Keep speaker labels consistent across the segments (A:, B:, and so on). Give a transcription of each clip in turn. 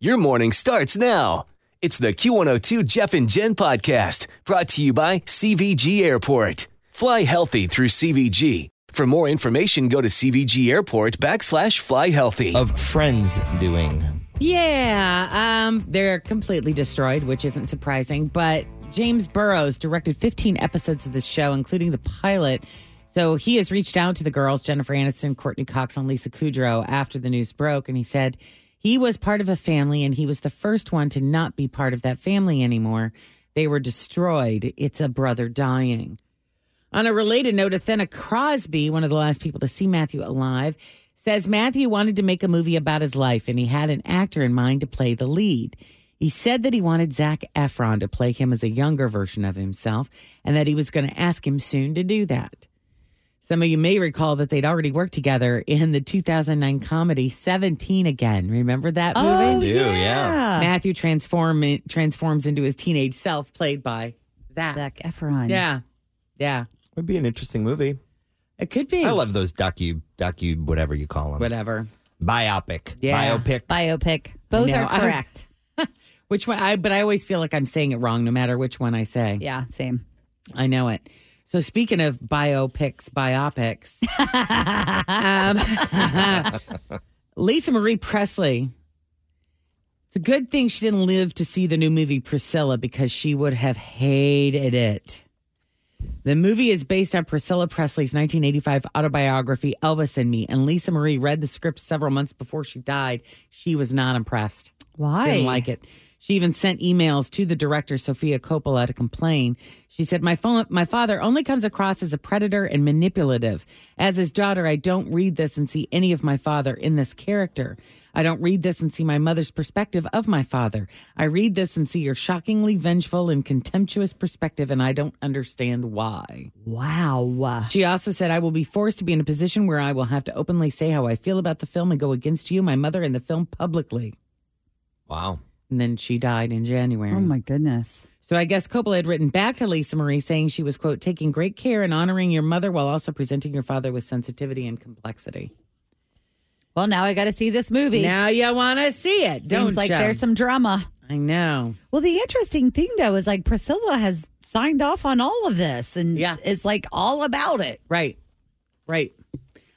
A: Your morning starts now. It's the Q102 Jeff and Jen podcast brought to you by CVG Airport. Fly healthy through CVG. For more information, go to CVG Airport backslash fly healthy.
B: of friends doing.
C: Yeah, um, they're completely destroyed, which isn't surprising. But James Burrows directed 15 episodes of this show, including the pilot. So he has reached out to the girls, Jennifer Aniston, Courtney Cox, and Lisa Kudrow, after the news broke, and he said he was part of a family, and he was the first one to not be part of that family anymore. They were destroyed. It's a brother dying. On a related note, Athena Crosby, one of the last people to see Matthew alive, says Matthew wanted to make a movie about his life and he had an actor in mind to play the lead. He said that he wanted Zach Efron to play him as a younger version of himself and that he was going to ask him soon to do that. Some of you may recall that they'd already worked together in the 2009 comedy 17 Again. Remember that
D: Oh,
C: movie?
B: do, yeah.
C: Matthew transform, transforms into his teenage self, played by Zach.
D: Zac Efron.
C: Yeah. Yeah.
B: Would be an interesting movie.
C: It could be.
B: I love those docu, docu, whatever you call them.
C: whatever.
B: Biopic.
C: Yeah.
B: Biopic.
D: Biopic. Both
C: No,
D: are
C: I-
D: correct.
C: Which one? I but I always feel like I'm saying it wrong, no matter which one I say.
D: yeah, same.
C: I know it. So speaking of biopics, biopics, um, Lisa Marie Presley. It's a good thing she didn't live to see the new movie Priscilla because she would have hated it. The movie is based on Priscilla Presley's 1985 autobiography, Elvis and Me, and Lisa Marie read the script several months before she died. She was not impressed.
D: Why?
C: Didn't like it. She even sent emails to the director Sofia Coppola to complain. She said, "My fa- my father only comes across as a predator and manipulative. As his daughter, I don't read this and see any of my father in this character. I don't read this and see my mother's perspective of my father. I read this and see your shockingly vengeful and contemptuous perspective, and I don't understand why."
D: Wow.
C: She also said, I will be forced to be in a position where I will have to openly say how I feel about the film and go against you, my mother, and the film publicly.
B: Wow.
C: And then she died in January.
D: Oh my goodness.
C: So I guess Coppola had written back to Lisa Marie saying she was, quote, taking great care in honoring your mother while also presenting your father with sensitivity and complexity.
D: Well, now I got to see this movie.
C: Now you want to see it, don't
D: Seems like
C: ya?
D: there's some drama.
C: I know.
D: Well, the interesting thing though is like Priscilla has signed off on all of this and
C: Yeah.
D: is like all about it.
C: Right. Right.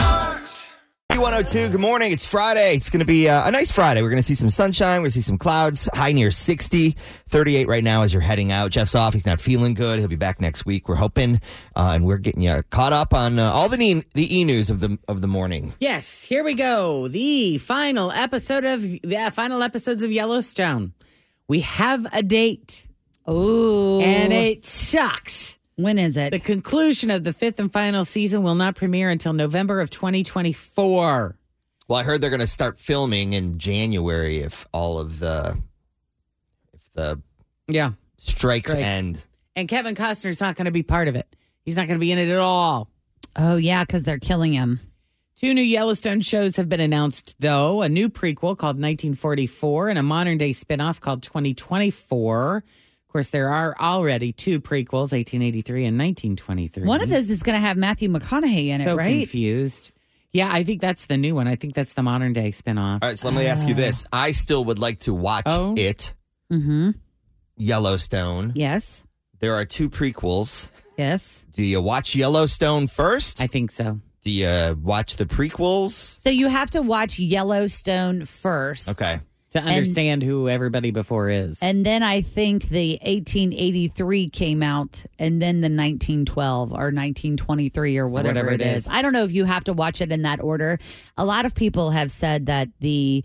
B: art. 102, good morning. It's Friday. It's going to be uh, a nice Friday. We're going to see some sunshine. We're going to see some clouds. High near 60, 38 right now as you're heading out. Jeff's off. He's not feeling good. He'll be back next week. We're hoping. Uh, and we're getting you caught up on uh, all the e- the e news of the of the morning.
C: Yes, here we go. The final episode of the final episodes of Yellowstone. We have a date,
D: Ooh.
C: and it sucks.
D: when is it?
C: The conclusion of the fifth and final season will not premiere until November of 2024.
B: Well, I heard they're going to start filming in January if all of the if the
C: Yeah,
B: strikes,
C: Strikes.
B: end.
C: and Kevin Costner's not going to be part of it. He's not going to be in it at all.
D: oh yeah, because they're killing him.
C: Two new Yellowstone shows have been announced, though a new prequel called 1944 and a modern day spinoff called 2024. Of course, there are already two prequels, 1883 and 1923.
D: One of those is going to have Matthew McConaughey in it,
C: so
D: right?
C: confused. Yeah, I think that's the new one. I think that's the modern day spinoff.
B: All right, so let me ask you this. I still would like to watch
C: Ah. Oh.
B: it,
D: Mm-hmm.
B: Yellowstone.
D: Yes.
B: There are two prequels.
D: Yes.
B: Do you watch Yellowstone first?
C: I think so.
B: Do you watch the prequels?
D: So you have to watch Yellowstone first.
B: Okay.
C: To understand who everybody before is.
D: And then I think the 1883 came out, and then the 1912 or 1923 or whatever,
C: Whatever
D: it
C: it
D: is.
C: is.
D: I don't know if you have to watch it in that order. A lot of people have said that the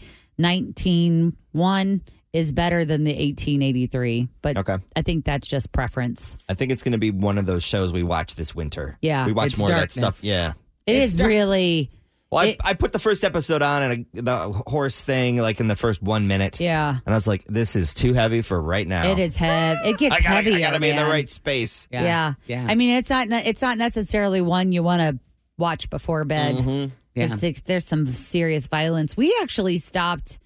D: 191 is better than the 1883, but
B: Okay.
D: I think that's just preference.
B: I think it's going to be one of those shows we watch this winter.
D: Yeah,
B: We watch
C: it's
B: more
C: darkness.
B: of that stuff. Yeah.
D: it's really,
B: Well,
D: It-
B: I, I put the first episode on and I, the horse thing, like in the first one minute.
D: yeah,
B: And I was like, this is too heavy for right now.
D: it is heavy. It gets
B: I gotta,
D: heavy.
B: I gotta be in the right space.
D: Yeah.
C: yeah.
D: I mean, it's not it's not necessarily one you want to watch before bed.
C: Mm-hmm. Yeah.
D: 'Cause th- There's some serious violence. We actually stopped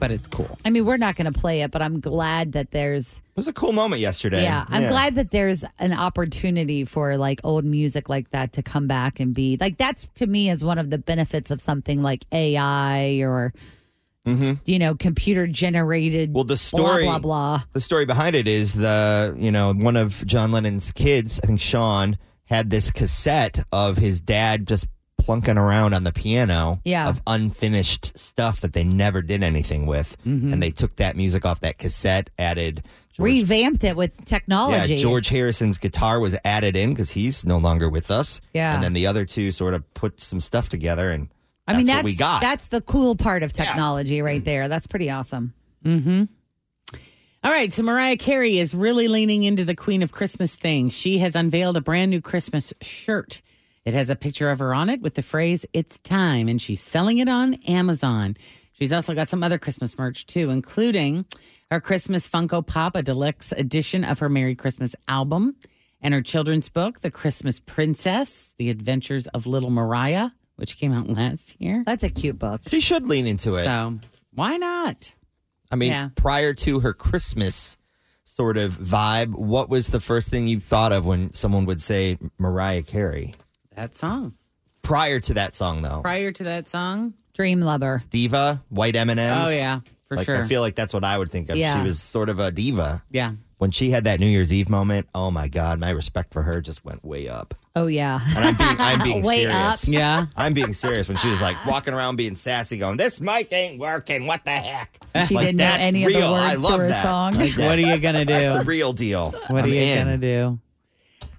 C: But it's cool.
D: I mean, we're not going to play it, but I'm glad that there's
B: It was a cool moment yesterday.
D: yeah, I'm glad that there's an opportunity for like old music like that to come back and be like that's to me is one of the benefits of something like AI or you know computer generated.
B: Mm-hmm. Well, the story-
D: blah blah blah.
B: The story behind it is the, you know, one of John Lennon's kids, I think Sean, had this cassette of his dad just plunking around on the piano
D: Yeah.
B: of unfinished stuff that they never did anything with.
D: Mm-hmm.
B: And they took that music off that cassette, added George
D: Revamped it with technology.
B: Yeah, George Harrison's guitar was added in because he's no longer with us.
D: Yeah.
B: and then the other two sort of put some stuff together, and
D: I mean,
B: that's what
D: that's
B: we got.
D: That's the cool part of technology right there. That's pretty awesome.
C: All right, so Mariah Carey is really leaning into the Queen of Christmas thing. She has unveiled a brand new Christmas shirt. It has a picture of her on it with the phrase, It's time, and she's selling it on Amazon. She's also got some other Christmas merch too, including her Christmas Funko Pop, a deluxe edition of her Merry Christmas album, and her children's book, The Christmas Princess The Adventures of Little Mariah, which came out last year.
D: That's a cute book.
B: she should lean into it.
C: So why not?
B: I mean,
C: yeah.
B: prior to her Christmas sort of vibe, what was the first thing you thought of when someone would say Mariah Carey?
C: That song.
B: Prior to that song, though,
C: Prior to that song.
D: Dream Lover.
B: diva, white M and M's.
C: Oh, yeah, for
B: like,
C: sure.
B: I feel like that's what I would think of.
D: Yeah.
B: She was sort of a diva.
C: yeah.
B: When she had that New Year's Eve moment, oh my God, my respect for her just went way up.
D: Oh yeah.
B: And I'm being, I'm being
D: Way
B: serious.
D: up.
C: Yeah.
B: I'm being serious when she was like walking around being sassy, going, "This mic ain't working. What the heck?"
D: She
B: Like,
D: didn't know
B: that's
D: any of
B: real.
D: the
B: I
D: words to
B: love
D: her
B: that.
D: song.
B: Like that.
C: What are you gonna
B: The
C: do?
B: real deal.
C: What are
B: I'm
C: you
B: in.
C: gonna do?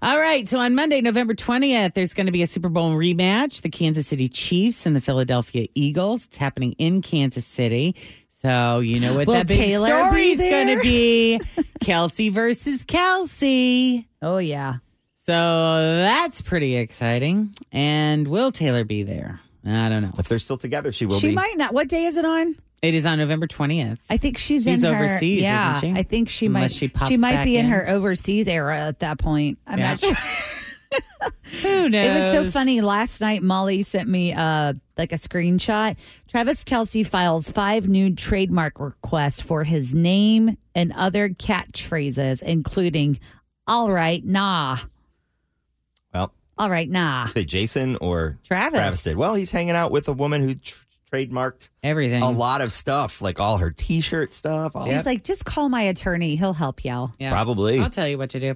C: All right. So on Monday, November twentieth, there's going to be a Super Bowl rematch: the Kansas City Chiefs and the Philadelphia Eagles. It's happening in Kansas City. So you know what
D: Will
C: that big
D: Taylor
C: story's
D: be there?
C: going to be: Kelsey versus Kelsey.
D: Oh yeah.
C: So that's pretty exciting. And will Taylor be there? I don't know.
B: If they're still together, she will
D: she
B: be.
D: might not. What day is it on?
C: It is on November twentieth.
D: I think she's,
C: She's
D: in her-
C: overseas, isn't
D: yeah,
C: she?
D: I think she
C: Unless
D: might.
C: she pops
D: might be
C: back in.
D: in. her overseas era at that point. I'm
C: Yeah.
D: not sure.
C: Who knows?
D: It was so funny last night. Molly sent me uh, like a screenshot. Travis Kelsey files five new trademark requests for his name and other catchphrases, including "All right, nah,
B: Well,
D: all right, nah."
B: say Jason or
D: Travis.
B: Travis did. Well, he's hanging out with a woman who tr- trademarked
C: Everything.
B: a lot of stuff, like all her T-shirt stuff. All
D: She's like, "Just call my attorney; he'll help you."
C: Yeah.
B: Probably.
C: I'll tell you what to do.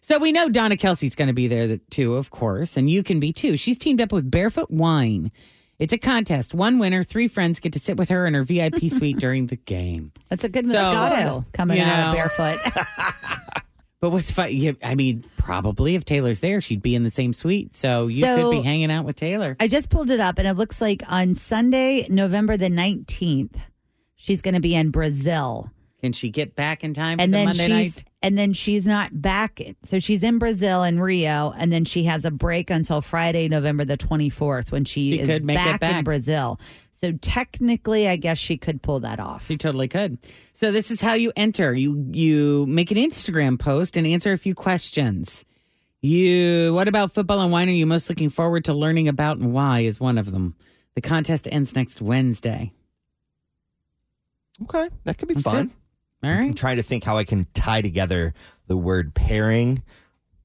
C: So we know Donna Kelsey's going to be there th- too, of course, and you can be too. She's teamed up with Barefoot Wine It's a contest. One winner, three friends get to sit with her in her VIP suite during the game.
D: That's a good
C: So-
D: Moscato coming
C: You
D: out
C: know.
D: barefoot.
C: But what's fun? yeah, I mean, probably if Taylor's there, she'd be in the same suite. So you
D: So-
C: could be hanging out with Taylor.
D: I just pulled it up, and it looks like on Sunday, November the nineteenth, she's going to be in Brazil,
C: Can she get back in time for
D: and
C: the
D: then
C: Monday
D: she's
C: night?
D: and then she's not back. So she's in Brazil and Rio, and then she has a break until Friday, November the twenty fourth, when she,
C: She
D: is
C: could make it
D: back, in
C: back.
D: Brazil. So technically, I guess she could pull that off.
C: She totally could. So this is how you enter. You you make an Instagram post and answer a few questions. You what about football and wine are you most looking forward to learning about and why is one of them. The contest ends next Wednesday.
B: Okay, that could be
C: That's
B: fun.
C: it. All
B: I'm
C: right.
B: trying to think how I can tie together the word pairing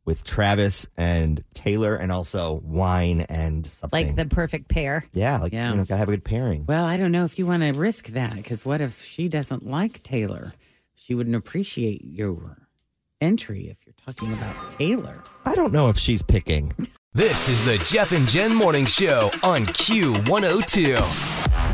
B: with Travis and Taylor, and also wine and something.
D: Like the perfect pair.
B: yeah, like
C: Yeah.
B: you know, gotta have a good pairing.
C: Well, I don't know if you want to risk that because what if she doesn't like Taylor? She wouldn't appreciate your entry if you're talking about Taylor.
B: I don't know if she's picking.
A: This is the Jeff and Jen Morning Show on Q102.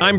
E: I'm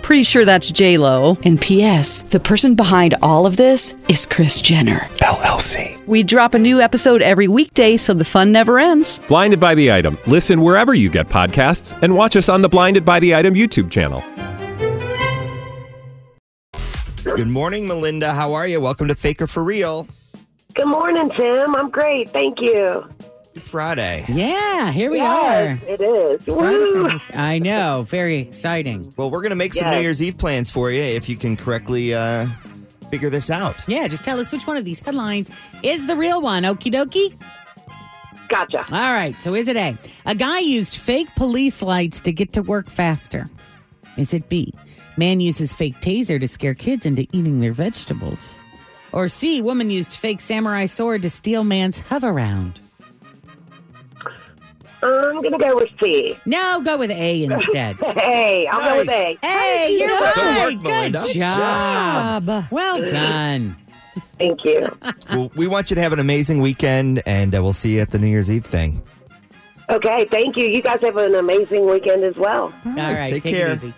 F: Pretty sure that's J Lo.
G: Oh, And P.S. The person behind all of this is Chris Jenner.
E: LLC.
F: We drop a new episode every weekday, so the fun never ends.
E: Blinded by the item. Listen wherever you get podcasts, and watch us on the Blinded by the Item YouTube channel.
B: Good morning, Melinda. How are you? Welcome to Faker for Real
H: Good morning, Tim. I'm great. Thank you.
B: Friday.
C: Yeah, here we
H: yes,
C: are.
H: it is. Woo!
C: I know, very exciting.
B: Well, we're gonna make some
H: Yes.
B: New Year's Eve plans for you if you can correctly uh, figure this out.
C: Yeah, just tell us which one of these headlines is the real one. Okie dokie.
H: Gotcha.
C: All right, so is it A? A guy used fake police lights to get to work faster. Is it B? Man uses fake taser to scare kids into eating their vegetables. Or C? Woman used fake samurai sword to steal man's hover round.
H: I'm gonna go with C.
C: No, go with A instead.
H: Hey, I'll go with
B: Nice.
H: A.
C: hey, you're
B: know that? Good
C: right.
B: work,
C: Good
B: Melinda. Good
C: job.
D: Bob.
C: Well done.
H: Thank you.
B: well, we want you to have an amazing weekend, and uh, we'll see you at the New Year's Eve thing.
H: Okay, thank you. You guys have an amazing weekend as well.
C: All right,
B: take
C: take,
B: care.
C: it easy.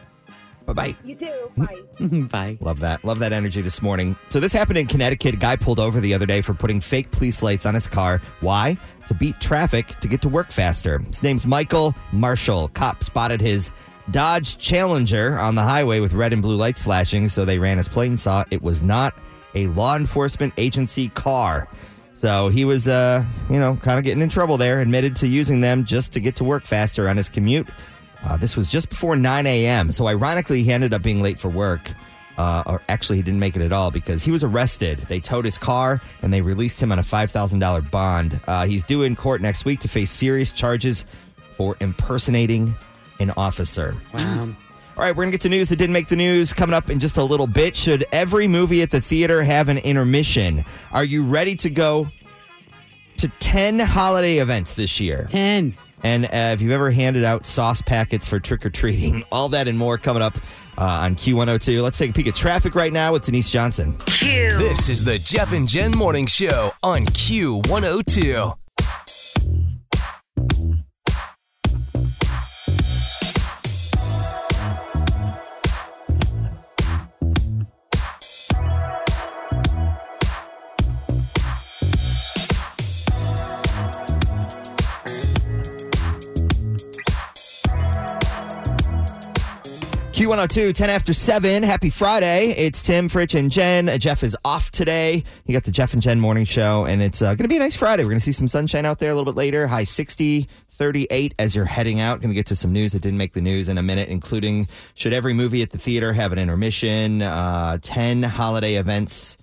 B: Bye bye.
H: You too. Bye.
C: Bye.
B: Love that. Love that energy this morning. So this happened in Connecticut. A guy pulled over the other day for putting fake police lights on his car. Why? To beat traffic to get to work faster. His name's Michael Marshall. Cop spotted his Dodge Challenger on the highway with red and blue lights flashing, so they ran his plate and saw it was not a law enforcement agency car. So he was, uh, you know, kind of getting in trouble there. Admitted to using them just to get to work faster on his commute. Uh, this was just before 9 a.m. So ironically, he ended up being late for work. Uh, or actually, he didn't make it at all because he was arrested. They towed his car and they released him on a $5,000 bond. Uh, he's due in court next week to face serious charges for impersonating an officer.
C: Wow.
B: All right, we're going to get to news that didn't make the news coming up in just a little bit. Should every movie at the theater have an intermission? Are you ready to go to 10 holiday events this year?
C: 10.
B: And uh, if you've ever handed out sauce packets for trick or treating, all that and more coming up uh, on Q102. Let's take a peek at traffic right now with Denise Johnson.
A: This is the Jeff and Jen Morning Show on Q102.
B: Q102, 10 after 7. Happy Friday. It's Tim, Fritch, and Jen. Uh, Jeff is off today. You got the Jeff and Jen morning show, and it's uh, going to be a nice Friday. We're going to see some sunshine out there a little bit later. High 60, 38 as you're heading out. Going to get to some news that didn't make the news in a minute, including should every movie at the theater have an intermission, uh, 10 holiday events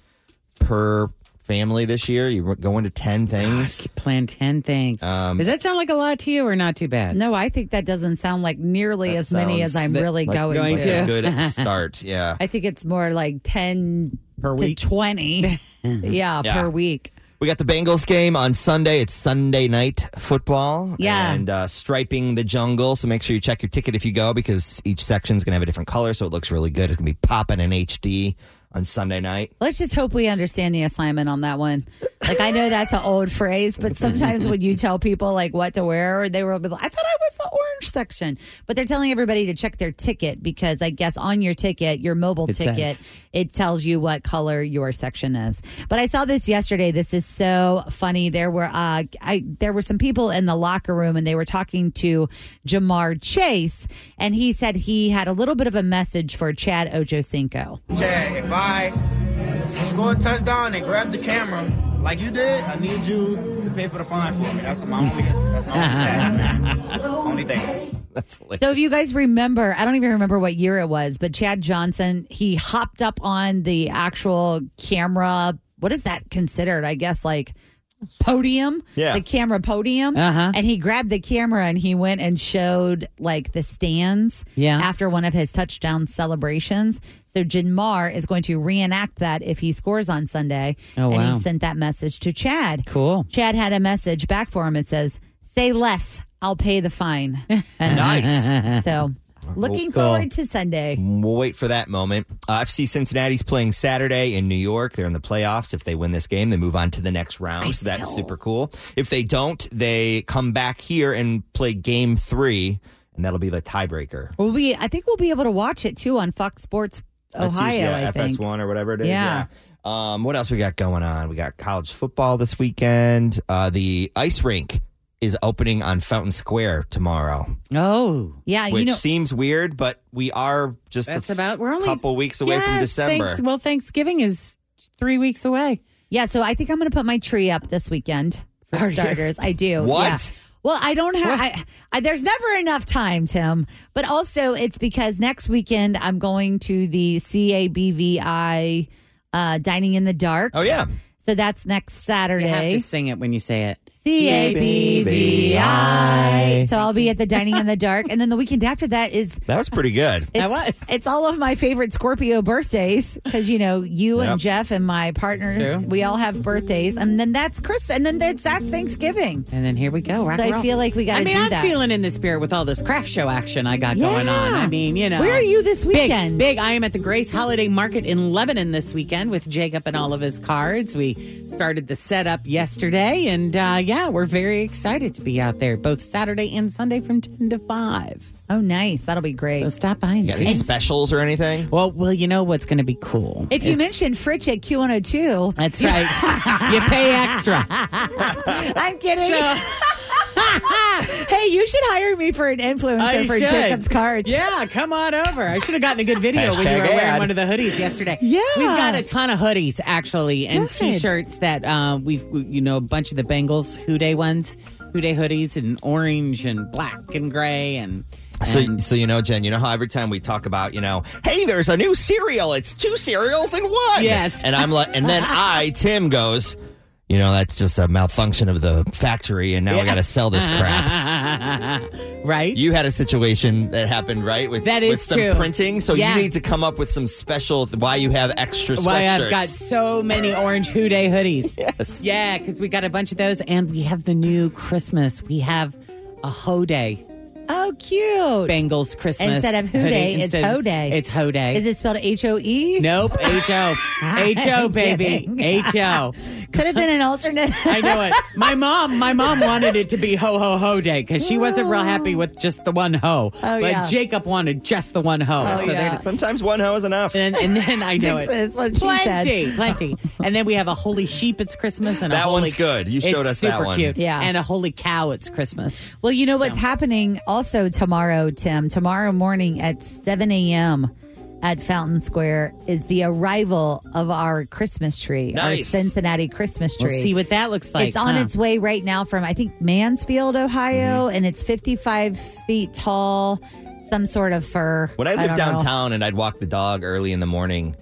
B: per family this year. You're going to 10 things.
C: plan 10 things.
B: Um,
C: Does that sound like a lot to you or not too bad?
D: No, I think that doesn't sound like nearly
B: That
D: as many as I'm
B: sounds
D: really
B: like-
D: going,
B: like
D: to.
B: a good start, yeah.
D: I think it's more like 10
C: per
D: to 20. yeah,
B: Yeah.
D: per week.
B: We got the Bengals game on Sunday. It's Sunday night football.
D: Yeah.
B: And uh, striping the jungle. So make sure you check your ticket if you go because each section's going to have a different color. So it looks really good. It's going to be popping in HD on Sunday night.
D: Let's just hope we understand the assignment on that one. Like, I know that's an old phrase, but sometimes when you tell people like what to wear, they will be like, I thought I was the orange section. But they're telling everybody to check their ticket because I guess on your ticket, your mobile
C: It
D: ticket,
C: says.
D: it tells you what color your section is. But I saw this yesterday. This is so funny. There were uh, I there were some people in the locker room, and they were talking to Jamar Chase, and he said he had a little bit of a message for Chad Ojocinco.
I: Chad, if I score a touchdown and grab the camera like you did, I need you to pay for the fine for me. That's my only, that's my only task, man. Only thing.
B: That's hilarious.
D: So if you guys remember, I don't even remember what year it was, but Chad Johnson, he hopped up on the actual camera. What is that considered? I guess like podium,
B: Yeah.
D: the camera podium.
C: Uh-huh.
D: And he grabbed the camera and he went and showed like the stands
C: Yeah.
D: after one of his touchdown celebrations. So Janmar is going to reenact that if he scores on Sunday.
C: Oh,
D: And
C: wow.
D: he sent that message to Chad.
C: Cool.
D: Chad had a message back for him. It says, "Say less, I'll pay the fine."
B: Nice.
D: so, looking
B: Cool.
D: forward to Sunday.
B: We'll wait for that moment. Uh, FC Cincinnati's playing Saturday in New York. They're in the playoffs. If they win this game, they move on to the next round. so that's super cool. If they don't, they come back here and play game three, and that'll be the tiebreaker.
D: We'll be. I think we'll be able to watch it too on Fox Sports Ohio.
B: That's usually, yeah,
D: I think.
B: FS1 or whatever it is. Yeah.
D: Yeah.
B: Um, what else we got going on? We got college football this weekend. Uh, the ice rink is opening on Fountain Square tomorrow,
C: Oh.
D: Yeah,
B: which
D: Uh, you know.
B: seems weird, but we are just
C: That's
B: a f-
C: about- we're only-
B: couple weeks away from
C: Yes,
B: December.
C: thanks- well, Thanksgiving is three weeks away.
D: Yeah, so I think I'm going to put my tree up this weekend for starters. I do.
B: What?
D: Yeah. Well, I don't have. I, I, there's never enough time, Tim. But also, it's because next weekend I'm going to the CABVI uh, Dining in the Dark.
B: Oh yeah,
D: So that's next Saturday.
C: You have to sing it when you say it.
D: C A B V I. So I'll be at the Dining in the Dark. And then the weekend after that is.
B: that was pretty good.
C: That
D: It's,
C: was.
D: It's all of my favorite Scorpio birthdays because, you know, you
B: Yep.
D: and Jeff and my partner,
C: True.
D: we all have birthdays. And then that's Chris. And then that's, that's Thanksgiving.
C: And then here we go. Rock
D: So
C: and
D: I
C: roll.
D: feel like we got
C: I
D: to
C: mean,
D: do
C: I'm
D: that.
C: feeling in the spirit with all this craft show action I got going on.
D: Yeah.
C: I mean, you know.
D: Where are you this weekend?
C: Big, big. I am at the Grace Holiday Market in Lebanon this weekend with Jacob and all of his cards. We started the setup yesterday, and uh, yeah, we're very excited to be out there both Saturday and Sunday from 10 to 5.
D: Oh, nice. That'll be great.
C: So stop by and
B: Yeah,
C: see.
B: any
C: us.
B: specials or anything?
C: Well, well, you know what's going to be cool.
D: if you
C: is-
D: mention Fritch at Q102,
C: That's right. you pay extra.
D: I'm kidding. hey, you should hire me for an influencer
C: I
D: for
C: Oh, should.
D: Jacob's cards.
C: Yeah, come on over. I should have gotten a good video when you were
B: Hashtag
C: wearing
B: ad.
C: one of the hoodies yesterday.
D: Yeah.
C: we've got a ton of hoodies actually, and
D: Good.
C: t-shirts that uh, we've you know a bunch of the Bengals Houday ones, Houday hoodies, and orange and black and gray and.
B: So,
C: and-
B: so you know, Jen, you know how every time we talk about, you know, hey, there's a new cereal. It's two cereals in one.
C: Yes.
B: And I'm like, and then I, Tim, goes, you know, that's just a malfunction of the factory, and now we got to sell this crap.
C: right?
B: You had a situation that happened, right? With
C: That
B: with
C: is
B: some
C: true.
B: printing, so
C: Yeah.
B: you need to come up with some special why you have extra sweatshirts.
C: why I've got so many orange Houday hoodies.
B: Yes.
C: Yeah, because we got a bunch of those, and we have the new Christmas. We have a Houday
D: Oh, cute.
C: Bengals Christmas
D: Instead of Houday,
C: hoodie.
D: it's
C: Instead of-
D: Hoday.
C: It's Hoday.
D: Is it spelled H O E?
C: Nope, H-O. H-O, baby.
D: kidding.
C: H-O.
D: Could have been an alternate.
C: I know it. My mom, my mom wanted it to be ho ho ho day because she wasn't real happy with just the one ho. but
D: Oh, yeah. Oh,
C: Jacob wanted just the one ho. so they're just
B: Sometimes one hoe is enough.
C: and, and then I know it.
D: That's what she said.
C: plenty, plenty. And then we have a holy sheep. It's Christmas, and a
B: That
C: holy-
B: one's good. You showed
C: it's
B: us that
C: super
B: one.
C: Cute.
D: Yeah.
C: and a holy cow. It's Christmas.
D: Well, you know what's happening also tomorrow, Tim. Tomorrow morning at 7 a.m. at Fountain Square is the arrival of our Christmas tree, our
B: Nice.
D: Cincinnati Christmas tree.
C: We'll see what that looks like.
D: it's on
C: huh?
D: its way right now from, I think, Mansfield, Ohio, and it's 55 feet tall, some sort of fur.
B: When I lived
D: don't know.
B: downtown and I'd walk the dog early in the morning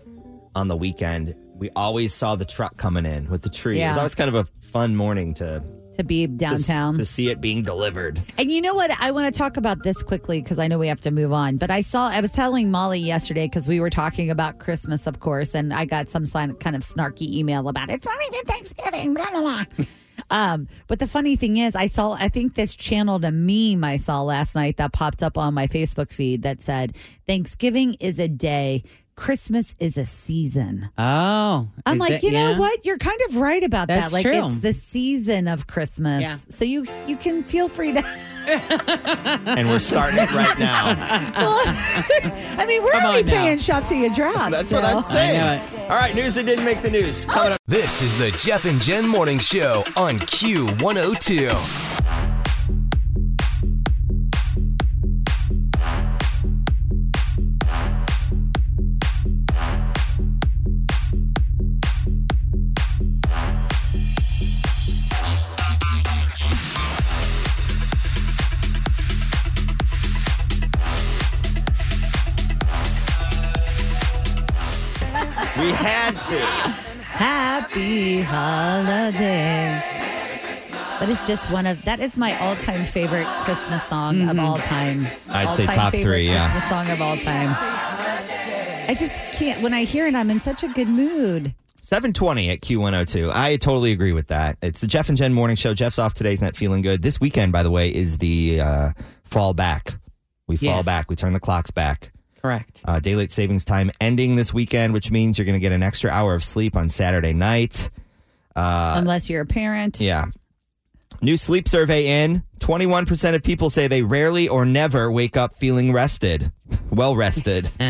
B: on the weekend, we always saw the truck coming in with the tree. It was
D: Yeah.
B: always kind of a fun morning to
D: to be downtown.
B: to, to see it being delivered.
D: And you know what? I want to talk about this quickly because I know we have to move on. But I saw, I was telling Molly yesterday because we were talking about Christmas, of course, and I got some sign, kind of snarky email about it's not even Thanksgiving, blah, blah, blah. um, but the funny thing is, I saw, I think this channeled a meme I saw last night that popped up on my Facebook feed that said, Thanksgiving is a day, Christmas is a season.
C: Oh,
D: I'm
C: is
D: like,
C: it-
D: you know
C: yeah.
D: what? You're kind of right about
C: That's
D: that. Like,
C: true.
D: it's the season of Christmas,
C: Yeah.
D: so you you can feel free to.
B: And we're starting it right now.
D: I mean, we're
B: Come
D: already
B: on now.
D: paying Shop Till You Drop.
B: That's
D: so.
B: what I'm saying. All right, news that didn't make the news. Coming up.
A: This is the Jeff and Jen Morning Show on Q102.
B: We had to.
D: Happy holiday. That is just one of that is my all-time favorite Christmas song of all time.
B: I'd say
D: All-time
B: top
D: favorite
B: three, yeah.
D: Christmas song of all time. I just can't. When I hear it, I'm in such a good mood.
B: 720 at Q102. I totally agree with that. It's the Jeff and Jen morning show. Jeff's off today's not feeling good. This weekend, by the way, is the uh, fall back. We fall
C: Yes.
B: back. We turn the clocks back.
C: Correct.
B: Uh, daylight savings time ending this weekend, which means you're going to get an extra hour of sleep on Saturday night. Uh,
D: Unless you're a parent,
B: yeah. New sleep survey in 21% of people say they rarely or never wake up feeling rested, well rested.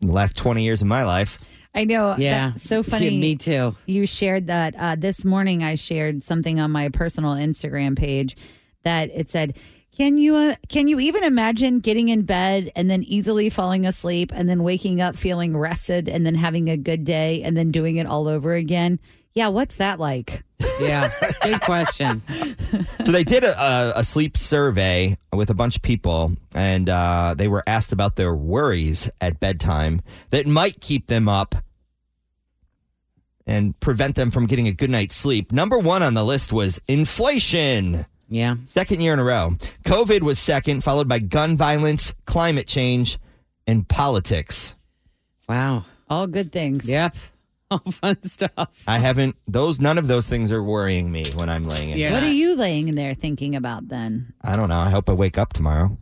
B: In the last 20 years of my life.
D: I know.
C: Yeah.
D: that's so
C: Gee,
D: funny.
C: me too.
D: you shared that uh, this morning i shared something on my personal instagram page that it said can you uh, can you even imagine getting in bed and then easily falling asleep and then waking up feeling rested and then having a good day and then doing it all over again yeah what's that like
C: Yeah. Good question.
B: So they did a, a, a sleep survey with a bunch of people, and uh, they were asked about their worries at bedtime that might keep them up and prevent them from getting a good night's sleep. Number one on the list was inflation.
C: Yeah.
B: Second year in a row. COVID was second, followed by gun violence, climate change, and politics.
C: Wow.
D: all good things
C: Yep. All fun stuff.
B: I haven't those none of those things are worrying me when I'm laying in.
C: Yeah.
D: what are you laying in there thinking about then
B: I don't know. I hope I wake up tomorrow.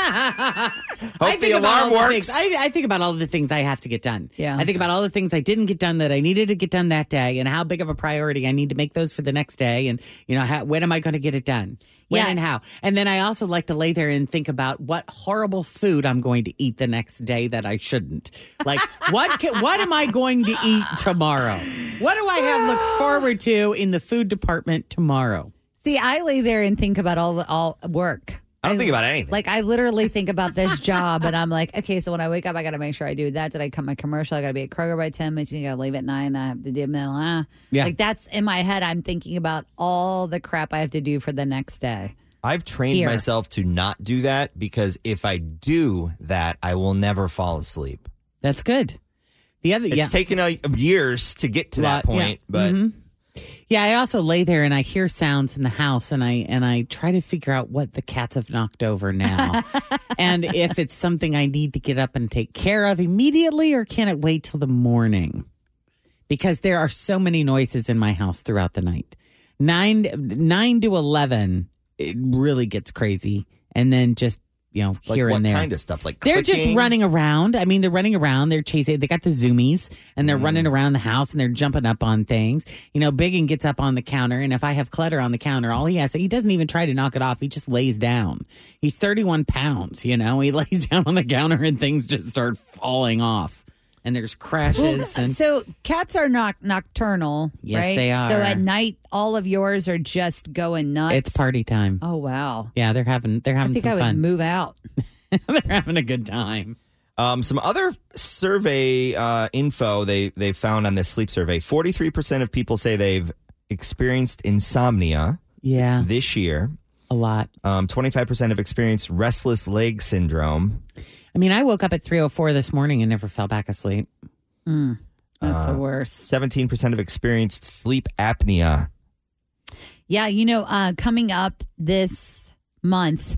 C: I
B: hope
C: think
B: the
C: about
B: alarm
C: all the
B: works.
C: things- I, I think about all the things I have to get done.
D: Yeah.
C: I think about all the things I didn't get done that I needed to get done that day, and how big of a priority I need to make those for the next day, and you know how, when am I going to get it done, when
D: Yeah.
C: and how. And then I also like to lay there and think about what horrible food I'm going to eat the next day that I shouldn't. Like what ca what am I going to eat tomorrow? What do I have look forward to in the food department tomorrow?
D: see i lay there and think about all all work
B: I don't think about anything.
D: Like I literally think about this job, and I'm like, okay, so when I wake up, I got to make sure I do that. Did I cut my commercial? I got to be at Kroger by ten minutes. You got to leave at nine. I have to do blah, blah.
C: Yeah.
D: Like that's in my head. I'm thinking about all the crap I have to do for the next day.
B: I've trained
D: Here.
B: myself to not do that because if I do that, I will never fall asleep.
C: That's good. The other
B: It's
C: yeah.
B: taken uh, years to get to that
C: Lot, yeah. Mm-hmm.
B: point, but
C: Yeah, I also lay there and I hear sounds in the house and I and I try to figure out what the cats have knocked over now. and if it's something I need to get up and take care of immediately or can it wait till the morning? Because there are so many noises in my house throughout the night. 9 9 to 11 it really gets crazy and then just, you know,
B: like
C: here
B: what
C: and there.
B: kind of stuff? Like
C: They're
B: clicking?
C: just running around. I mean, they're running around. They're chasing. They got the zoomies and they're running around the house and they're jumping up on things. You know, Biggin gets up on the counter. And if I have clutter on the counter, all he has, he doesn't even try to knock it off. He just lays down. He's 31 pounds, you know, he lays down on the counter and things just start falling off. And there's crashes. and
D: uh, so cats are not nocturnal.
C: Yes,
D: right?
C: they
D: So
C: are.
D: at night, all of yours are just going nuts.
C: it's party time.
D: Oh wow.
C: Yeah, they're having they're
D: I
C: having
D: think
C: some
D: I would
C: fun.
D: move out.
C: they're having a good time.
B: Um, some other survey uh, info they they found on this sleep survey: forty three percent of people say they've experienced insomnia
C: Yeah,
B: this year.
C: a lot.
B: Twenty five percent have experienced restless leg syndrome.
C: oh I mean, I woke up at 3:04 this morning and never fell back asleep.
D: That's
C: Uh,
D: the worst.
B: 17% have experienced sleep apnea.
D: Yeah, you know, uh, coming up this month,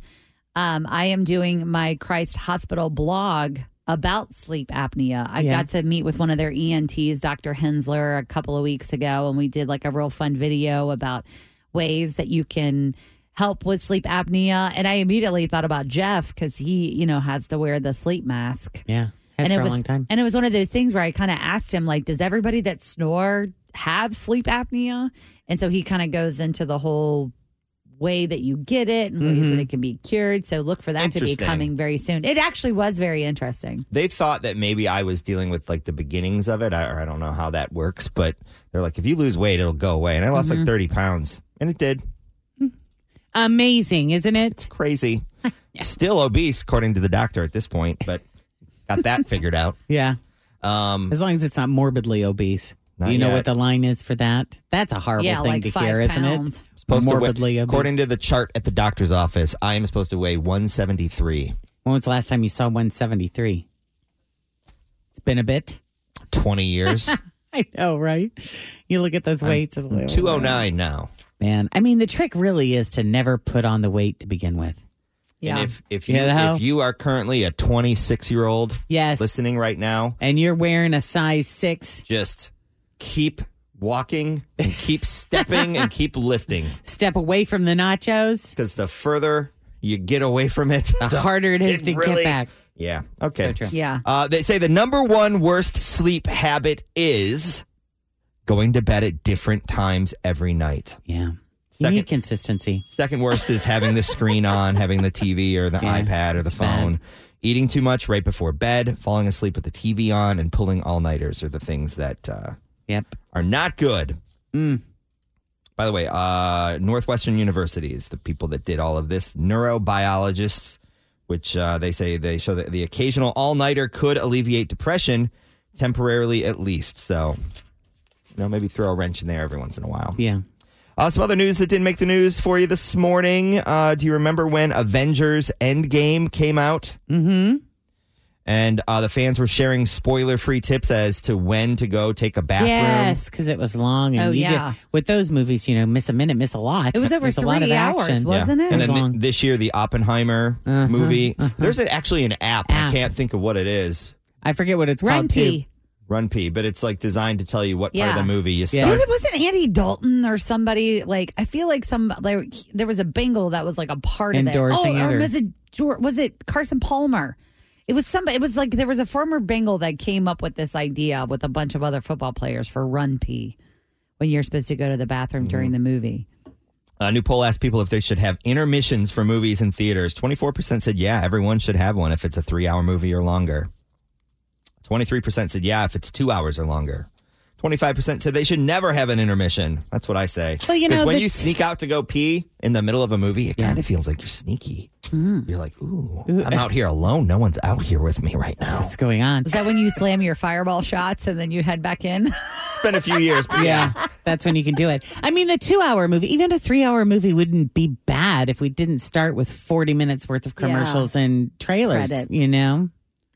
D: um, I am doing my Christ Hospital blog about sleep apnea. I
J: Yeah.
D: got to meet with one of their E ENTs, Dr. Hensler, a couple of weeks ago, and we did like a real fun video about ways that you can help with sleep apnea. And I immediately thought about Jeff because he, you know, has to wear the sleep mask.
C: Yeah. Has
D: and
C: for
D: it was,
C: a long time.
D: And it was one of those things where I kind of asked him, like, does everybody that snore have sleep apnea? And so he kind of goes into the whole way that you get it and ways
B: Mhm.
D: that
C: Mm-hmm.
D: it can be cured. So look for that to be
B: Interesting.
D: coming very soon. It actually was very interesting.
B: They thought that maybe I was dealing with like the beginnings of it, I- or I don't know how that works, but they're like, if you lose weight, it'll go away. And I lost
C: Mhm.
B: like 30 pounds, and it did.
C: Amazing, isn't it?
B: Crazy. Still obese, according to the doctor at this point, but got that figured out.
C: Yeah.
B: Um,
C: as long as it's not morbidly obese.
B: Not
C: Do you know
B: yet.
C: what the line is for that? That's a horrible
D: Yeah,
C: thing
D: like
C: to
D: five
C: hear,
D: pounds.
C: isn't
D: I'm
C: it?
B: Supposed
C: morbidly
B: to weigh,
C: obese.
B: according to the chart at the doctor's office, I am supposed to weigh 173.
C: when was the last time you saw 173? It's been a bit.
B: 20 years.
C: I know, right? You look at those weights. it's like,
B: 209 now.
C: Man, I mean, the trick really is to never put on the weight to begin with.
B: And if, if, you,
C: You know?
B: if you are currently a 26 year old
C: Yes.
B: listening right now,
C: and you're wearing a size six,
B: just keep walking and keep stepping and keep lifting
C: step away from the nachos,
B: because the further you get away from it,
C: the harder it is to
B: really-
C: get back.
B: Yeah. Okay.
C: So true.
D: Yeah.
B: Uh, they say the number one worst sleep habit is going to bed at different times every night.
C: Yeah.
B: Second,
C: You need consistency.
B: second worst is having the screen on, having the TV or the
C: Yeah,
B: iPad or the phone. Eating too much right before bed, falling asleep with the TV on, and pulling all nighters are the things that uh,
C: Yep.
B: are not good.
C: Mm.
B: By the way, uh, Northwestern University is the people that did all of this. Neurobiologists, which uh, they say they show that the occasional all nighter could alleviate depression temporarily at least. So, you know, maybe throw a wrench in there every once in a while.
C: Yeah.
B: Uh, some other news that didn't make the news for you this morning. Uh, do you remember when Avengers Endgame came out?
C: Mm-hmm.
B: And uh, the fans were sharing spoiler free tips as to when to go take a bathroom.
C: Yes, because it was long. And
D: Oh,
C: you did-
D: yeah.
C: with those movies, you know, miss a minute, miss a lot.
D: It was over
C: There's a lot of
D: three hours,
C: action.
D: wasn't
B: Yeah.
D: it?
B: And
C: It was
B: then thi-
C: long.
B: this year, the Oppenheimer
C: Uh-huh,
B: movie.
C: uh-huh.
B: There's an, actually an app. I
C: App.
B: can't think of what it is.
C: I forget what it's
D: Run
C: called, too.
D: P.
B: Run P, but it's like designed to tell you what part
D: Yeah.
B: of the movie you
C: Yeah.
B: start.
D: Dude, it wasn't Andy Dalton or somebody like I feel like some like he- there was a Bengal that was like a part
C: Endorsing
D: of it.
C: it
D: Oh, or
C: or-
D: was it Jor- was it Carson Palmer? It was somebody. It was like there was a former Bengal that came up with this idea with a bunch of other football players for run pee when you're supposed to go to the bathroom during the
C: Mm-hmm.
D: movie.
B: A Uh, new poll asked people if they should have intermissions for movies in theaters. 24% said, yeah, everyone should have one if it's a three hour movie or longer. 23% said, yeah, if it's two hours or longer. 25% said they should never have an intermission. That's what I say.
C: Well, you know,
B: when
C: the-
B: you sneak out to go pee in the middle of a movie, it kind of feels like you're sneaky. You're like, Mm. ooh, eh. I'm out here alone. No one's out here with me right now.
C: What's going on?
D: Is that when you slam your fireball shots and then you head back in?
B: It's been a few years, but yeah.
C: That's when you can do it. I mean, the two hour movie, even a three hour movie wouldn't be bad if we didn't start with 40 minutes worth of commercials and trailers,
D: Credits.
C: you know?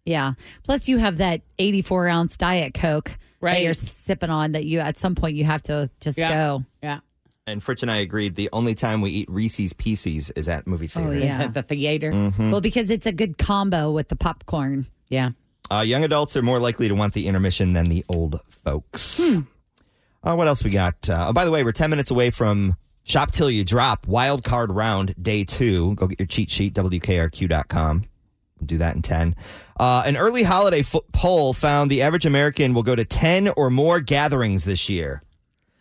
D: Yeah. Plus, you have that 84 ounce Diet Coke that
C: Right.
D: you're sipping on that you at some point you have to just
C: Yeah.
D: go.
C: Yeah.
B: And Fritz and I agreed the only time we eat Reese's Pieces is at movie theaters.
C: Is that the theater?
B: Mm.
D: Well, because it's a good combo with the popcorn.
C: Yeah.
B: Uh, young adults are more likely to want the intermission than the old folks. Uh, what else we got? Uh, oh, by the way, we're 10 minutes away from Shop Till You Drop, wild card round, day two. Go get your cheat sheet, WKRQ.com. We'll do that in 10. Uh, an early holiday fo- poll found the average American will go to 10 or more gatherings this year.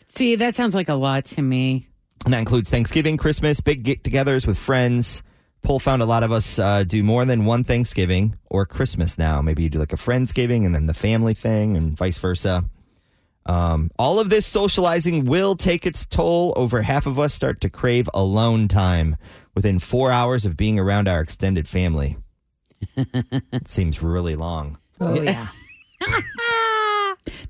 C: See, that sounds like a lot to me.
B: And that includes Thanksgiving, Christmas, big get togethers with friends. Poll found a lot of us uh, do more than one Thanksgiving or Christmas now. Maybe you do like a Friendsgiving and then the family thing and vice versa. Um, all of this socializing will take its toll. Over half of us start to crave alone time within four hours of being around our extended family. it seems really long.
D: Oh, yeah.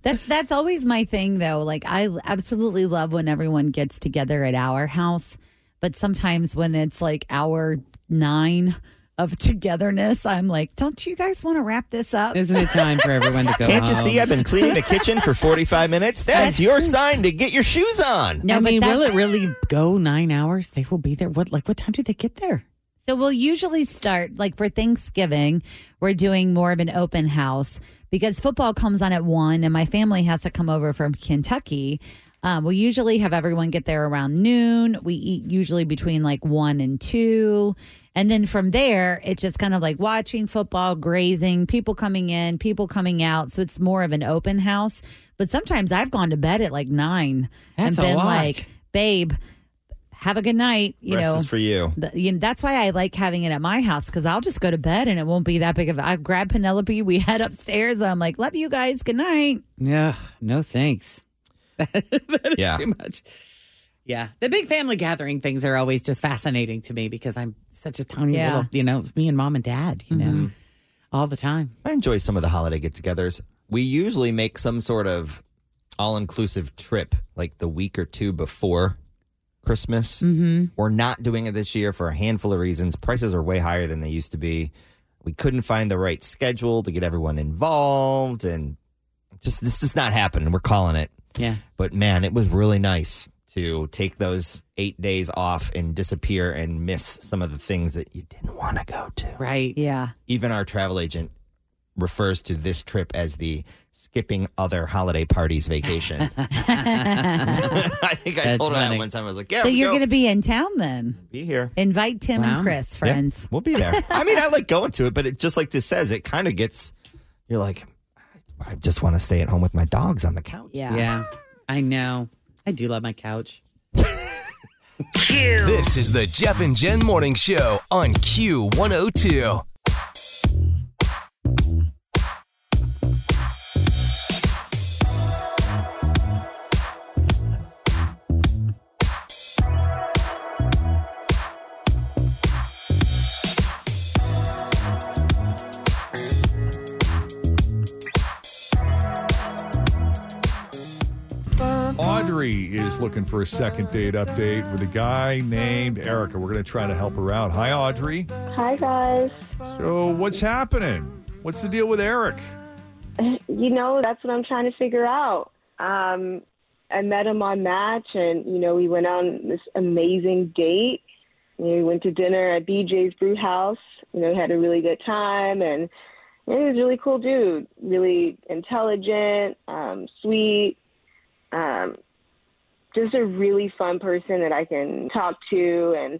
D: that's that's always my thing though. Like I absolutely love when everyone gets together at our house, but sometimes when it's like hour 9, of togetherness, I'm like, don't you guys want to wrap this up?
C: Isn't it time for everyone to go?
B: Can't you
C: home?
D: Um.
B: see I've been cleaning the kitchen for 45 minutes? That's your sign to get your shoes on.
C: No, I mean, will it really go nine hours? They will be there. What like what time do they get there?
D: So we'll usually start like for Thanksgiving, we're doing more of an open house because football comes on at one, and my family has to come over from Kentucky. Um, we usually have everyone get there around noon. We eat usually between like one and two. And then from there, it's just kind of like watching football, grazing, people coming in, people coming out. So it's more of an open house. But sometimes I've gone to bed at like nine
C: That's a
D: and been
C: lot.
D: like, babe, have a good night. You
B: Rest
D: know,
B: is for you.
D: Th- you know, that's why I like having it at my house because I'll just go to bed and it won't be that big of. I grab Penelope, we head upstairs, and I'm like, "Love you guys, good night."
C: Yeah, no thanks. that is
B: Yeah.
C: too much. Yeah, the big family gathering things are always just fascinating to me because I'm such a tiny
D: Yeah. Mm-hmm.
C: little, you know, it's me and mom and dad, you know, all the time.
B: I enjoy some of the holiday get togethers. We usually make some sort of all inclusive trip like the week or two before Christmas.
C: Mm-hmm.
B: We're not doing it this year for a handful of reasons. Prices are way higher than they used to be. We couldn't find the right schedule to get everyone involved, and just this is not happening. We're calling it.
C: Yeah.
B: But man, it was really nice to take those eight days off and disappear and miss some of the things that you didn't want to go to.
C: Right.
D: Yeah,
B: Even our travel agent refers to this trip as the skipping other holiday parties vacation. I think I
C: That's
B: told her
C: funny.
B: that one time. I was like, "Yeah,
D: so
B: we
D: you're
B: go.
D: going to be in town then.
B: be here."
D: Invite Tim
C: Wow.
D: and Chris,
B: Yeah,
D: friends.
B: we'll be there. I mean, I like going to it, but it just like this says, it kind of gets you're like, I I just want to stay at home with my dogs on the couch.
D: Yeah.
C: Yeah. I know. I do love my couch.
A: This is the Jeff and Jen Morning Show on Q102.
J: Audrey is looking for a second date update with a guy named Erica. We're going to try to help her out. Hi, Audrey.
H: Hi, guys.
J: So, what's happening? What's the deal with Eric?
H: You know, that's what I'm trying to figure out. Um, I met him on Match, and, you know, we went on this amazing date. You know, we went to dinner at BJ's Brew House. You know, we had a really good time, and you know, he was a really cool dude, really intelligent, um, sweet, um, just a really fun person that I can talk to. And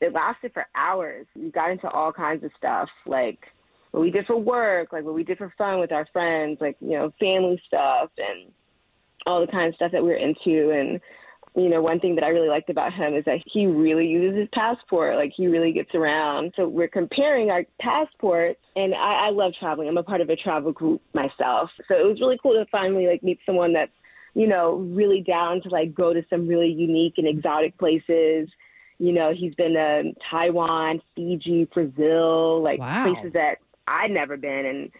H: it lasted for hours. We got into all kinds of stuff, like what we did for work, like what we did for fun with our friends, like, you know, family stuff and all the kind of stuff that we were into. And, you know, one thing that I really liked about him is that he really uses his passport. Like, he really gets around. So we're comparing our passports. And I, I love traveling. I'm a part of a travel group myself. So it was really cool to finally, like, meet someone that's, you know, really down to, like, go to some really unique and exotic places. You know, he's been to Taiwan, Fiji, Brazil, like
C: Wow.
H: places that I'd never been. And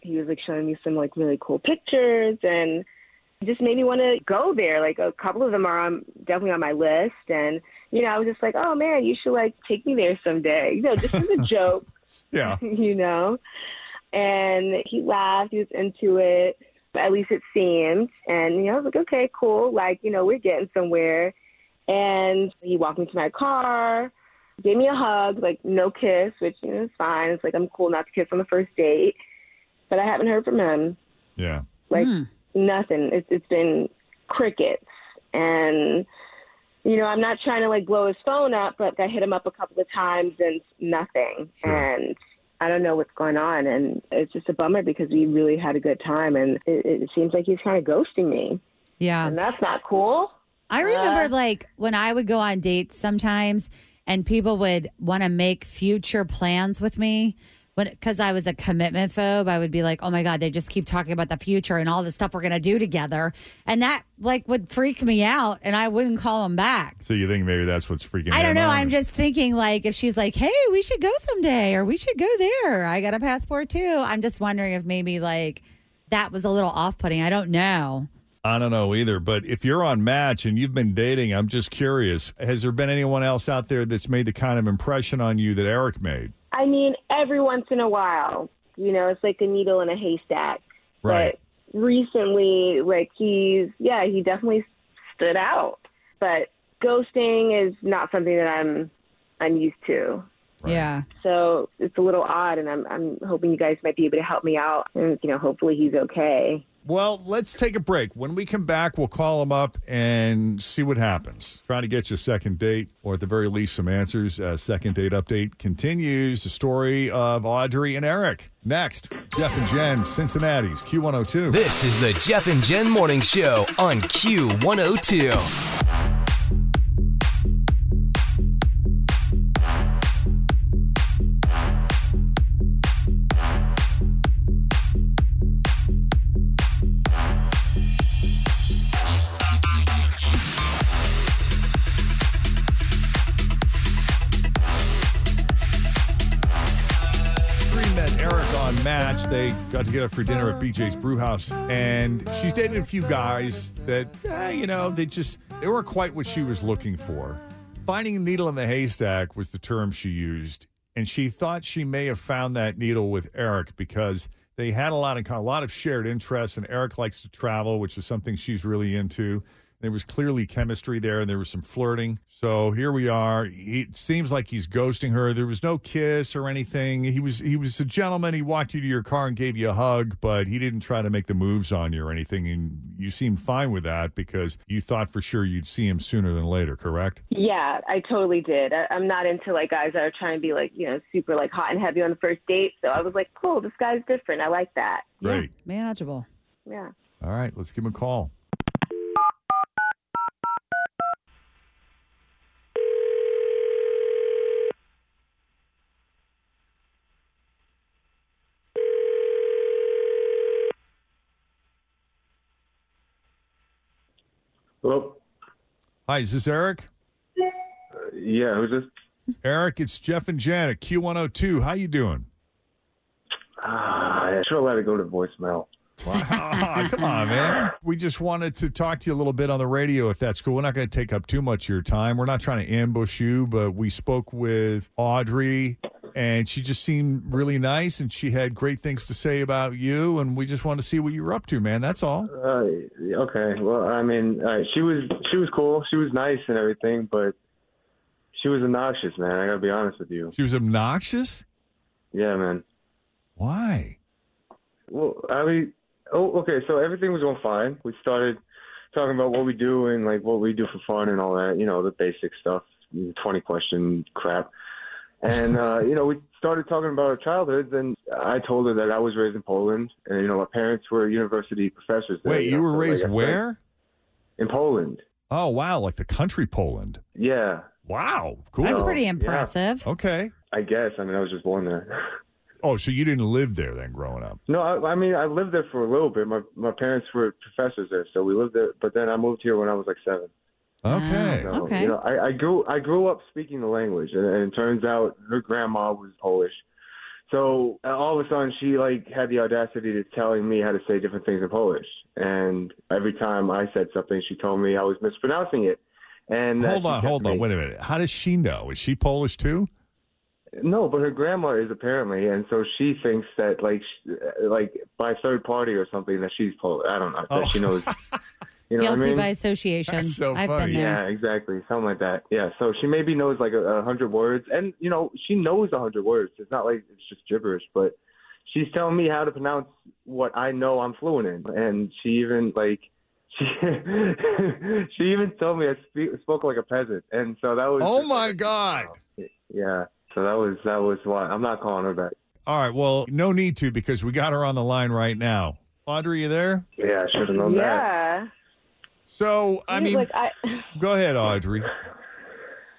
H: he was like showing me some like really cool pictures and it just made me want to go there. Like a couple of them are on definitely on my list, and you know I was just like, oh man, you should like take me there someday. You know, just as a joke,
J: Yeah.
H: you know. And he laughed. He was into it. At least it seemed. And you know I was like, okay, cool. Like you know we're getting somewhere. And he walked me to my car, gave me a hug, like no kiss, which you know, is fine. It's like I'm cool not to kiss on the first date, but I haven't heard from him
J: Yeah.
H: like nothing. It's it's been crickets, and you know I'm not trying to like blow his phone up, but I hit him up a couple of times and nothing, and I don't know what's going on, and it's just a bummer because we really had a good time, and it, it seems like he's kind of ghosting me,
D: Yeah.
H: and that's not cool.
D: I remember like when I would go on dates sometimes and people would want to make future plans with me when cuz I was a commitment phobe I would be like oh my god they just keep talking about the future and all the stuff we're going to do together and that like would freak me out and I wouldn't call them back.
J: So, you think maybe that's what's freaking
D: I don't
J: him
D: know.
J: out?
D: I'm just thinking, like, if she's like, hey, we should go someday or we should go there. I got a passport too. I'm just wondering if maybe, like, that was a little off putting. I don't know.
J: I don't know either. But if you're on Match and you've been dating, I'm just curious. Has there been anyone else out there that's made the kind of impression on you that Eric made?
H: I mean, every once in a while, you know, it's like a needle in a haystack.
B: Right.
H: But recently, like he's, yeah, he definitely stood out. But ghosting is not something that I'm unused to.
D: Yeah.
H: So it's a little odd, and I'm I'm hoping you guys might be able to help me out, and you know, hopefully he's okay.
B: Well, let's take a break. When we come back, we'll call him up and see what happens. Trying to get you a second date, or at the very least, some answers. Uh, second date update continues the story of Audrey and Eric. Next, Jeff and Jen, Cincinnati's Q102.
K: This is the Jeff and Jen Morning Show on Q102.
B: Three met Eric on Match. They got together for dinner at BJ's Brewhouse, and she's dated a few guys that, eh, you know, they just they weren't quite what she was looking for. Finding a needle in the haystack was the term she used, and she thought she may have found that needle with Eric because they had a lot in common, a lot of shared interests, and Eric likes to travel, which is something she's really into. There was clearly chemistry there, and there was some flirting. So here we are. He, it seems like he's ghosting her. There was no kiss or anything. He was he was a gentleman. He walked you to your car and gave you a hug, but he didn't try to make the moves on you or anything. And you seemed fine with that because you thought for sure you'd see him sooner than later. Correct?
H: Yeah, I totally did. I, I'm not into like guys that are trying to be like you know super like hot and heavy on the first date. So I was like, cool, this guy's different. I like that.
B: Great.
D: Manageable.
H: Yeah.
B: All right, let's give him a call.
A: Hello.
B: Hi, is this Eric?
A: Uh, Yeah, who's this?
B: Eric, it's Jeff and Jan at Q102. How you doing?
A: Ah, I should have let it go to voicemail.
B: Wow, come on, man. We just wanted to talk to you a little bit on the radio, if that's cool. We're not going to take up too much of your time. We're not trying to ambush you, but we spoke with Audrey, and she just seemed really nice, and she had great things to say about you, and we just wanted to see what you were up to, man. That's all.
A: Uh, okay. Well, I mean, uh, she was she was cool. She was nice and everything, but she was obnoxious, man. I gotta be honest with you.
B: She was obnoxious?
A: Yeah, man.
B: Why?
A: Well, I mean, oh, okay. So everything was going fine. We started talking about what we do and like what we do for fun and all that. You know, the basic stuff, twenty question crap. And uh, you know, we started talking about our childhoods. And I told her that I was raised in Poland, and you know, my parents were university professors. there,
B: Wait, you
A: know,
B: were
A: so, like,
B: raised
A: I-
B: where?
A: In Poland.
B: Oh, wow, like the country Poland.
A: Yeah.
B: Wow, cool.
A: That's pretty Yeah. impressive.
B: Okay.
A: I guess. I mean, I was just born there.
B: Oh, so you didn't live there then growing up?
A: No, I, I mean I lived there for a little bit. My my parents were professors there, so we lived there. But then I moved here when I was like seven.
B: Okay.
D: Oh,
A: So, You know, I, I grew I grew up speaking the language, and, and it turns out her grandma was Polish. So uh, all of a sudden, she like had the audacity to telling me how to say different things in Polish. And every time I said something, she told me I was mispronouncing it. And uh,
B: hold
A: she
B: on,
A: kept
B: hold
A: me-
B: on. Wait a minute. How does she know? Is she Polish too?
A: No, but her grandma is apparently, and so she thinks that like sh uh, like by third party or something that she's Polish. I don't know that
D: Oh.
A: she knows. You know what I
D: Guilty
A: mean?
D: by association. I've been
A: Yeah,
D: there.
A: exactly. Something like that. Yeah. So she maybe knows like a, a hundred words, and you know she knows a hundred words. It's not like it's just gibberish, but she's telling me how to pronounce what I know I'm fluent in, and she even like she she even told me I spe- spoke like a peasant, and so that was.
B: Oh my god.
A: Yeah. So that was that was why I'm not calling her back.
B: All right. Well, no need to because we got her on the line right now. Audrey, you there?
A: Yeah, I should have known that.
H: Yeah.
B: So I
H: Dude,
B: mean,
H: like I.
B: go ahead, Audrey.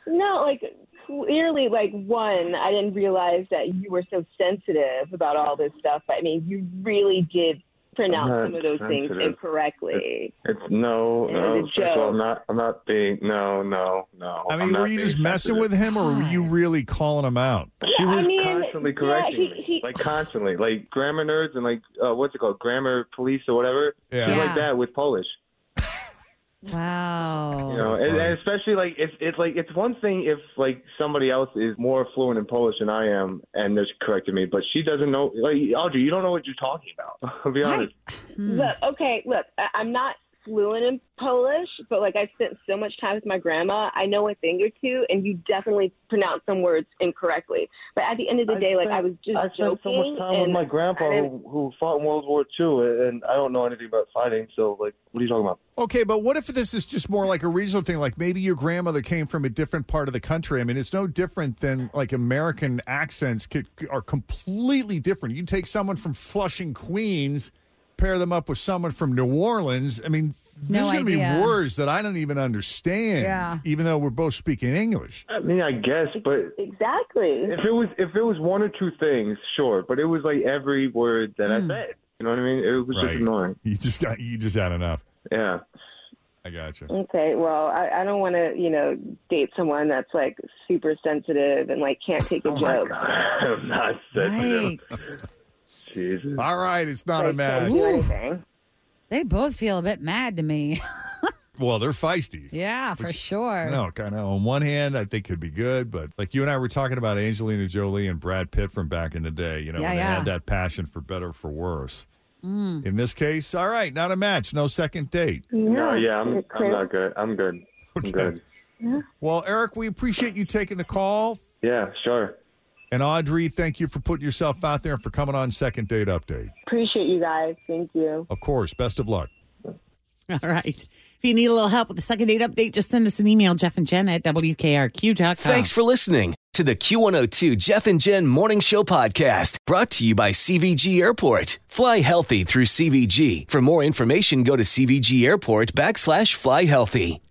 H: No, like clearly, like one, I didn't realize that you were so sensitive about all this stuff. I mean, you really did pronounce
A: I'm not
H: some of those things
A: sensitive.
H: incorrectly.
A: It's no,
H: Yeah,
A: no.
H: it's a
A: First of all,
H: joke.
A: I'm not. I'm not being. No, no, no.
B: I
A: Oh, I'm
B: mean,
A: not
B: were you
A: being
B: just messing
A: sensitive.
B: with him, or were you really calling him out?
A: She was
H: I mean,
A: constantly
H: yeah,
A: correcting
H: he-
A: me,
H: he-
A: like constantly, like grammar nerds and like uh, what's it called, grammar police or whatever.
B: Yeah.
A: She's
B: Yeah.
A: like that with Polish.
D: Wow.
G: You know, and, and especially like it's it's like it's one thing if like somebody else is more fluent in Polish than I am, and they're correcting me, but she doesn't know. Like Audrey, you don't know what you're talking about. I'll be honest.
H: Look, okay, look, I- I'm not fluent in Polish, but like I spent so much time with my grandma, I know a thing or two, and you definitely pronounce some words incorrectly. But at the end of the
G: I
H: day, like
G: spent-
H: I was just
G: I spent
H: joking.
G: so much time with
H: and
G: my grandpa
H: I didn't-
G: who, who fought in World War II, and I don't know anything about fighting. So like, what are you talking about?
B: Okay, but what if this is just more like a regional thing? Like maybe your grandmother came from a different part of the country. I mean, it's no different than like American accents could, are completely different. You take someone from Flushing, Queens, pair them up with someone from New Orleans. I mean,
G: No
B: there's going to
G: idea.
B: be words that I don't even understand,
G: Yeah.
B: even though we're both speaking English.
G: I mean, I guess, but
H: exactly.
G: If it was if it was one or two things, sure, but it was like every word that I said. You know what I mean? It was
B: Right.
G: just annoying.
B: You just got you just had enough.
G: Yeah.
B: I got you.
H: Okay, well, I, I don't want to, you know, date someone that's like super sensitive and like can't take a joke.
G: I'm not sensitive. Jesus.
B: All right, it's
G: not a match.
D: They both feel a bit mad to me.
B: Well, they're feisty.
D: yeah, for
B: Which-
D: sure.
B: No, kind of. On one hand, I think could be good, but like you and I were talking about Angelina Jolie and Brad Pitt from back in the day. You know,
D: Yeah,
B: when
D: yeah.
B: they had that passion for better or for worse.
D: Mm.
B: In this case, all right, not a match, no second date.
G: No, yeah, I'm I'm not good. I'm good. I'm good.
B: Well, Eric, we appreciate you taking the call.
G: Yeah, sure.
B: And Audrey, thank you for putting yourself out there and for coming on Second Date Update.
H: Appreciate you guys. Thank you.
B: Of course, best of luck.
C: All right. If you need a little help with the second date update, just send us an email, Jeff and Jen at WKRQ.com.
A: Thanks for listening to the Q102 Jeff and Jen Morning Show podcast brought to you by CVG Airport. Fly healthy through CVG. For more information, go to CVG Airport backslash fly healthy.